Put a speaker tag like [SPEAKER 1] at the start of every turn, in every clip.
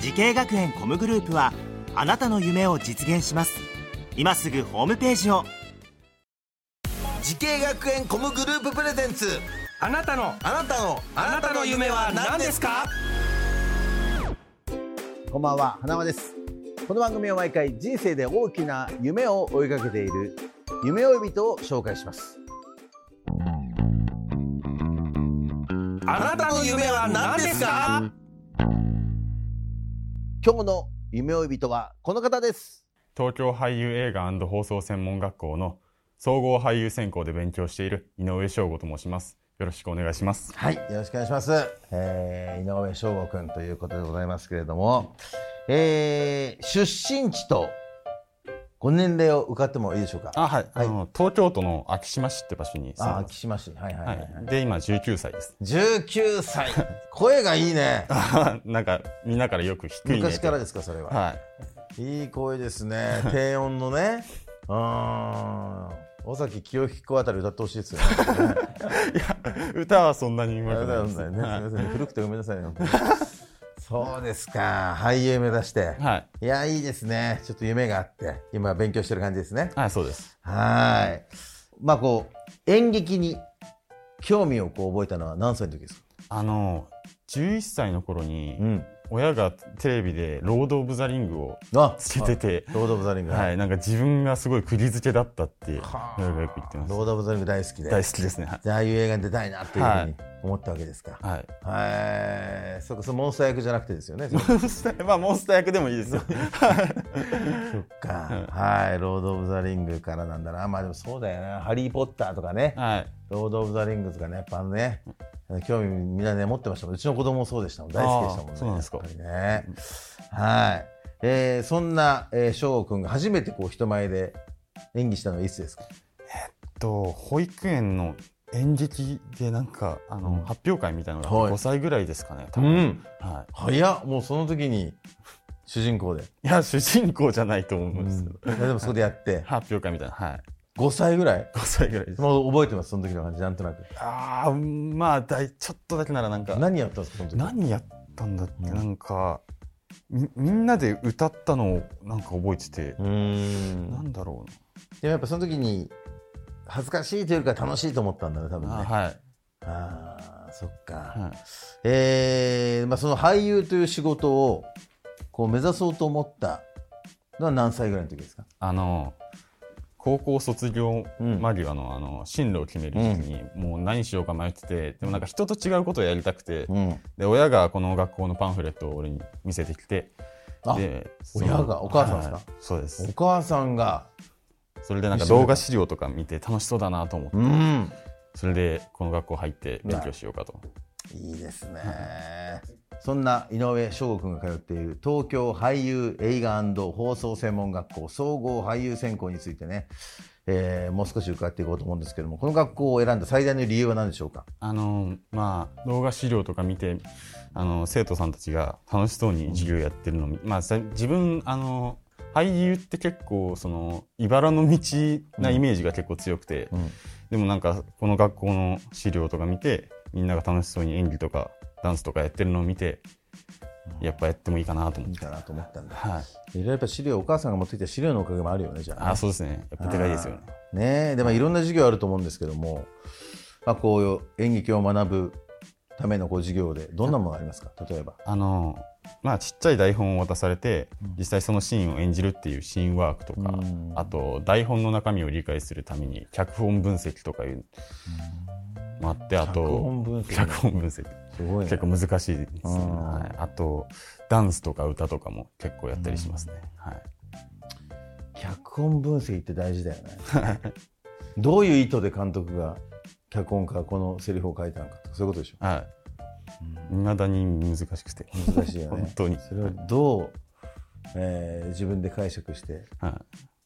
[SPEAKER 1] 時系学園コムグループはあなたの夢を実現します今すぐホームページを
[SPEAKER 2] 時系学園コムグループプレゼンツ
[SPEAKER 3] あなたの
[SPEAKER 2] あなたの
[SPEAKER 3] あなたの夢は何ですか
[SPEAKER 4] こんばんは花輪ですこの番組は毎回人生で大きな夢を追いかけている夢追い人を紹介します
[SPEAKER 3] あなたの夢は何ですか
[SPEAKER 4] 今日の夢追い人はこの方です
[SPEAKER 5] 東京俳優映画放送専門学校の総合俳優専攻で勉強している井上翔吾と申します。よろしくお願いします。
[SPEAKER 4] はいよろしくお願いします、えー、井上翔吾くんということでございますけれども、えー、出身地とご年齢を伺ってもいいでしょうか
[SPEAKER 5] あ、はい。
[SPEAKER 4] はい
[SPEAKER 5] あの東京都の昭島市って場所に住んで
[SPEAKER 4] あ
[SPEAKER 5] ま
[SPEAKER 4] 昭
[SPEAKER 5] す。
[SPEAKER 4] 島市はいはいは、
[SPEAKER 5] はい
[SPEAKER 4] はい
[SPEAKER 5] い。で、今19歳です。
[SPEAKER 4] 19歳 声がいいね
[SPEAKER 5] なんか、みんなからよく低いね。。
[SPEAKER 4] 昔からですすかそれは、
[SPEAKER 5] はい。
[SPEAKER 4] いい声ですね。低音のね。うーん。尾崎清彦あたり歌ってほしいですよね。
[SPEAKER 5] いや、歌はそんなにう
[SPEAKER 4] あ
[SPEAKER 5] ま
[SPEAKER 4] れ
[SPEAKER 5] く
[SPEAKER 4] だ
[SPEAKER 5] ない
[SPEAKER 4] よ
[SPEAKER 5] で
[SPEAKER 4] ね
[SPEAKER 5] す。
[SPEAKER 4] すみ
[SPEAKER 5] は
[SPEAKER 4] ません古くてごめんなさいね。本当にそうですか。俳優目指して。
[SPEAKER 5] い。はい。
[SPEAKER 4] いや、いいですね。ちょっと夢があって、今勉強してる感じですね。
[SPEAKER 5] はい、そうです。
[SPEAKER 4] はーい。まあ、こう、演劇に興味をこう覚えたのは何歳の時ですか
[SPEAKER 5] あの、11歳の頃に、
[SPEAKER 4] ん。
[SPEAKER 5] 親がテレビでロード・オブ・ザ・リングを
[SPEAKER 4] あ、
[SPEAKER 5] つけてて、
[SPEAKER 4] ロード・オブ・ザ・リング。
[SPEAKER 5] はい、なんか自分がすごい釘付けだったって、よ
[SPEAKER 4] はあ
[SPEAKER 5] くよく言ってます。
[SPEAKER 4] ロード・オブ・ザ・リング大好きで。
[SPEAKER 5] 大好きですね。はい
[SPEAKER 4] じゃあ、ああいう映画に出たいなっていうふうに思ったわけですか。
[SPEAKER 5] はい。
[SPEAKER 4] はい、そうか、そのモンスター役じゃなくてですよね。そ
[SPEAKER 5] モンスター、 まあ、モンスター役でもいいですよ。
[SPEAKER 4] っ か、はい、ロードオブザリングからなんだな、まあ、でも、そうだよな、ハリーポッターとかね。
[SPEAKER 5] はい。
[SPEAKER 4] ロードオブザリングとかね、やっぱあのね、興味みんなね、持ってましたもん、うちの子供もそうでしたもん、大好きでしたもん
[SPEAKER 5] あ
[SPEAKER 4] ね。
[SPEAKER 5] ーそうなんですか
[SPEAKER 4] やっぱりね。はい、えーそんな、えー、翔吾君が初めてこう人前で演技したのはいつですか。
[SPEAKER 5] と、保育園の演劇でなんか、あの、
[SPEAKER 4] うん
[SPEAKER 5] 発表会みたいなの
[SPEAKER 4] は
[SPEAKER 5] が
[SPEAKER 4] い
[SPEAKER 5] 5歳ぐらいですかね、多
[SPEAKER 4] う
[SPEAKER 5] 分。
[SPEAKER 4] ん、
[SPEAKER 5] は
[SPEAKER 4] 早っ、もうその時に主人公で、
[SPEAKER 5] い。いや、主人公じゃないと思うんですけど。
[SPEAKER 4] いやでもそこでやって、
[SPEAKER 5] 発表会みたいな。 はい。
[SPEAKER 4] 5歳ぐらい。
[SPEAKER 5] 5歳ぐらいです。
[SPEAKER 4] もう覚えてます、その時の感じ、なんとなく。
[SPEAKER 5] ああ、まあ、だい、ちょっとだけならなんか、
[SPEAKER 4] 何やったんですか、その時。
[SPEAKER 5] 何やったんだって、なんか、み、みんなで歌ったのをなんか覚えてて、
[SPEAKER 4] うーん
[SPEAKER 5] なんだろ
[SPEAKER 4] でもやっぱその時に恥ずかしいというか楽しいと思ったんだね多
[SPEAKER 5] う
[SPEAKER 4] 分ね
[SPEAKER 5] な。あ
[SPEAKER 4] あ
[SPEAKER 5] はい。
[SPEAKER 4] あーそっか、
[SPEAKER 5] はい。
[SPEAKER 4] えーまあ、その俳優という仕事をこう目指そうと思ったのは何歳ぐらいの時ですか
[SPEAKER 5] あの高校卒業
[SPEAKER 4] うん
[SPEAKER 5] 間際の,、あの進路を決める時に、もう何しようか迷っててでもなんか人と違うことをやりたくて、
[SPEAKER 4] ん
[SPEAKER 5] で親がこの学校のパンフレットを俺に見せてきて
[SPEAKER 4] あ
[SPEAKER 5] でその
[SPEAKER 4] 親がお母さんですか
[SPEAKER 5] はいそうです
[SPEAKER 4] お母さんが
[SPEAKER 5] それでなんか
[SPEAKER 4] 一緒に
[SPEAKER 5] 動画資料とか見て楽しそうだなと思って、
[SPEAKER 4] うん
[SPEAKER 5] それでこの学校入って勉強しようかと、
[SPEAKER 4] いいですねそんな井上翔吾君が通っている東京俳優映画放送専門学校総合俳優専攻についてね、えーもう少し伺っていこうと思うんですけどもこの学校を選んだ最大の理由は何でしょうか
[SPEAKER 5] あのまあ動画資料とか見てあの生徒さんたちが楽しそうに授業やってるのを見、まあさ自分あの俳優って結構その茨の道なイメージが結構強くて、
[SPEAKER 4] ん
[SPEAKER 5] でもなんかこの学校の資料とか見てみんなが楽しそうに演技とかダンスとかやってるのを見てやっぱやってもいいかなと思っ
[SPEAKER 4] いい
[SPEAKER 5] て、
[SPEAKER 4] かなと思ったんだ
[SPEAKER 5] は
[SPEAKER 4] い
[SPEAKER 5] い、
[SPEAKER 4] ろいろやっぱ資料お母さんが持ってきた資料のおかげもあるよねじゃあ
[SPEAKER 5] あそうですねやっぱでかいですよね
[SPEAKER 4] ねえでもいろんな授業あると思うんですけども、まあ、こう演劇を学ぶためのこう授業でどんなものがありますか例えば
[SPEAKER 5] あのまあちっちゃい台本を渡されて、実際そのシーンを演じるっていうシーンワークとか、
[SPEAKER 4] うん
[SPEAKER 5] あと台本の中身を理解するために脚本分析とかいうもあってあと
[SPEAKER 4] 脚本分析
[SPEAKER 5] 脚本分析
[SPEAKER 4] すごい
[SPEAKER 5] 結
[SPEAKER 4] ね
[SPEAKER 5] 構難しいですね、
[SPEAKER 4] うん
[SPEAKER 5] はい、あとダンスとか歌とかも結構やったりしますね、はい、
[SPEAKER 4] 脚本分析って大事だよねどういう意図で監督が脚本家がこのセリフを書いたのかとかそういうことでしょ
[SPEAKER 5] はい、未だに難しくて、
[SPEAKER 4] 難しいよね。
[SPEAKER 5] 本当に
[SPEAKER 4] それをどう、えー自分で解釈して
[SPEAKER 5] はい、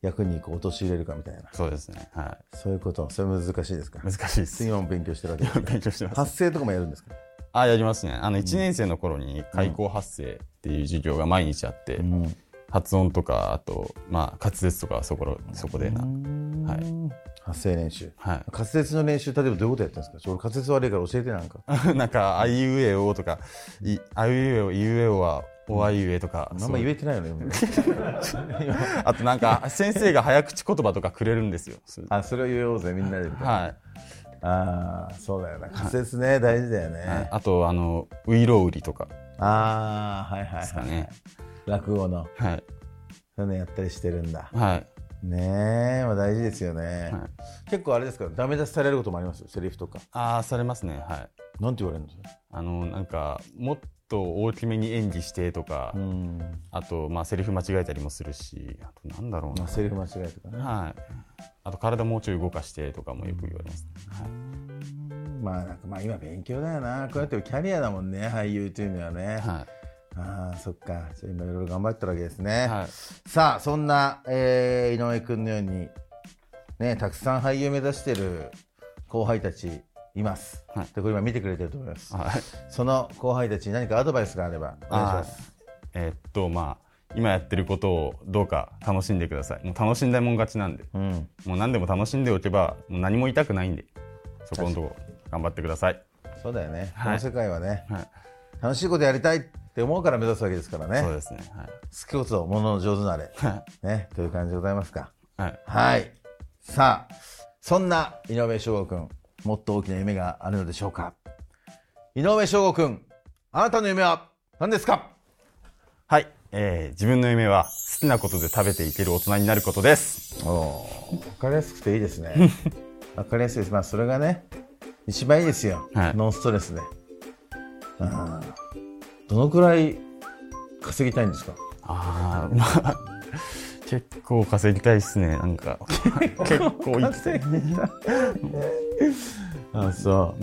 [SPEAKER 4] 役にこう陥れるかみたいな。
[SPEAKER 5] そうですね、は
[SPEAKER 4] そういうこと。それ難しいですか
[SPEAKER 5] い、難しいです
[SPEAKER 4] 次。も勉強してるわけですね
[SPEAKER 5] 勉強してます。
[SPEAKER 4] 発声とかもやるんですか
[SPEAKER 5] あ、やりますね。あの一年生の頃に開口発声っていう授業が毎日あって、発音とかあとまあ滑舌とかはそこそこでな、はい
[SPEAKER 4] 発声練習。
[SPEAKER 5] はい。
[SPEAKER 4] 滑舌の練習、例えばどういうことやってるんですか俺滑舌悪いから教えてなんか。
[SPEAKER 5] なんか、あいう えおとか、いあいうえお、いうえおは、おあいうえとか、
[SPEAKER 4] あんま言えてないよね。今
[SPEAKER 5] そうあとなんか、先生が早口言葉とかくれるんですよ。そう
[SPEAKER 4] あ、それを言おうぜ、みんなで。
[SPEAKER 5] はい。
[SPEAKER 4] ああ、そうだよな。滑舌ね、大事だよ
[SPEAKER 5] はい
[SPEAKER 4] ね。
[SPEAKER 5] あと、あの、ういろうりとか
[SPEAKER 4] ああ、はいはい
[SPEAKER 5] ですか
[SPEAKER 4] はい。
[SPEAKER 5] ね。
[SPEAKER 4] 落語の、
[SPEAKER 5] はい。
[SPEAKER 4] そういうのやったりしてるんだ。
[SPEAKER 5] はい。
[SPEAKER 4] ねえ、まあ、大事ですよね。結構あれですか、ダメ出しされることもありますセリフとか。
[SPEAKER 5] ああ、されますね。はい。
[SPEAKER 4] なんて言われるんですか
[SPEAKER 5] あの、なんか、もっと大きめに演技してとか、
[SPEAKER 4] うん。
[SPEAKER 5] あと、まあ、セリフ間違えたりもするし、あと、なんだろう
[SPEAKER 4] まあ、
[SPEAKER 5] な。
[SPEAKER 4] セリフ間違えとかね。
[SPEAKER 5] はい。あと、体もうちょい動かしてとかもよく言われます。はい。
[SPEAKER 4] まあ、なんかまあ今勉強だよな。こうやってキャリアだもんね、俳優というのはね。
[SPEAKER 5] は
[SPEAKER 4] ああ、そっか。じゃあ今いろいろ頑張ってるわけですね。
[SPEAKER 5] い。はい。
[SPEAKER 4] さあ、そんな、えー井上君のように、ね、たくさん俳優目指してる後輩たちいます。
[SPEAKER 5] はい
[SPEAKER 4] で、これ今見てくれてると思います。
[SPEAKER 5] はい。
[SPEAKER 4] その後輩たちに何かアドバイスがあればお願いします。
[SPEAKER 5] えーっとまあ今やってることをどうか楽しんでくださいもう楽しんだもん勝ちなんで
[SPEAKER 4] うん。
[SPEAKER 5] もう何でも楽しんでおけばもう何も痛くないんでそこのとこ頑張ってください
[SPEAKER 4] そうだよね。
[SPEAKER 5] はい
[SPEAKER 4] この世界はね、
[SPEAKER 5] はい
[SPEAKER 4] 楽しいことやりたいって思うから目指すわけですからね。
[SPEAKER 5] そう
[SPEAKER 4] 好
[SPEAKER 5] ですね
[SPEAKER 4] きこそものの上手なれ。
[SPEAKER 5] は
[SPEAKER 4] ね、という感じでございますか。
[SPEAKER 5] い、はい、
[SPEAKER 4] はい。さあ、そんな井上翔吾くん、もっと大きな夢があるのでしょうか。井上翔吾くん、あなたの夢は何ですか
[SPEAKER 5] はいえー自分の夢は好きなことで食べていける大人になることです
[SPEAKER 4] おお、分かりやすくていいですね。 わかりやすいです。まあ、それがね、一番いいですよ。
[SPEAKER 5] はい
[SPEAKER 4] ノンストレスで。うんどのくらい稼ぎたいんですか
[SPEAKER 5] ああまあ結構稼ぎたいですねなんか結構生きて
[SPEAKER 4] あそ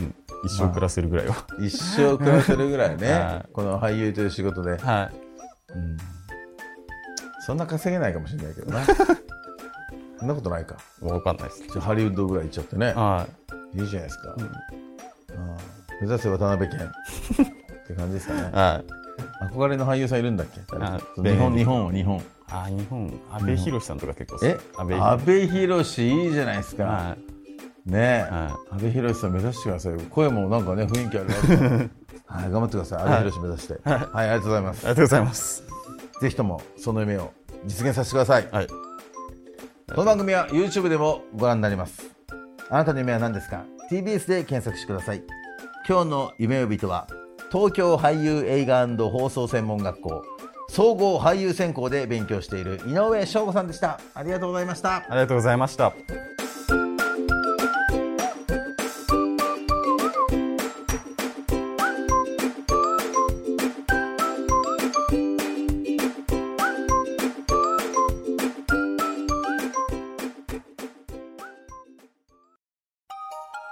[SPEAKER 5] 一生暮らせるぐらいは
[SPEAKER 4] う。一生暮らせるぐらい ね
[SPEAKER 5] は、
[SPEAKER 4] この俳優という仕事で。
[SPEAKER 5] はい
[SPEAKER 4] そんな稼げないかもしれないけど な。そんなことないか。
[SPEAKER 5] わかんないです
[SPEAKER 4] じゃあハリウッドぐらい行っちゃってね。
[SPEAKER 5] はい
[SPEAKER 4] いじゃないですか。ああ目指せ渡辺謙って感じですかね。
[SPEAKER 5] はい
[SPEAKER 4] 憧れの俳優さんいるんだっけ
[SPEAKER 5] あ
[SPEAKER 4] 日本、日本を、日本。
[SPEAKER 5] あ日本安倍博さんとか結構好き
[SPEAKER 4] え
[SPEAKER 5] 安
[SPEAKER 4] 安
[SPEAKER 5] 倍
[SPEAKER 4] 倍
[SPEAKER 5] 博
[SPEAKER 4] 博士いいじゃないですか、
[SPEAKER 5] はい
[SPEAKER 4] ねえ、
[SPEAKER 5] は
[SPEAKER 4] 安倍博士さん目指してください声もなんかね雰囲気ある なはい頑張ってください安倍博士目指してはい、ありがとうございま
[SPEAKER 5] あ
[SPEAKER 4] す
[SPEAKER 5] りがとうございます。
[SPEAKER 4] ぜひともその夢を実現させてください、
[SPEAKER 5] はい。
[SPEAKER 4] この番組は YouTube でもご覧になりますあなたの夢は何ですか TBS で検索してください今日の夢呼びとは東京俳優映画放送専門学校総合俳優専攻で勉強している井上翔吾さんでしたありがとうございました
[SPEAKER 5] ありがとうございました。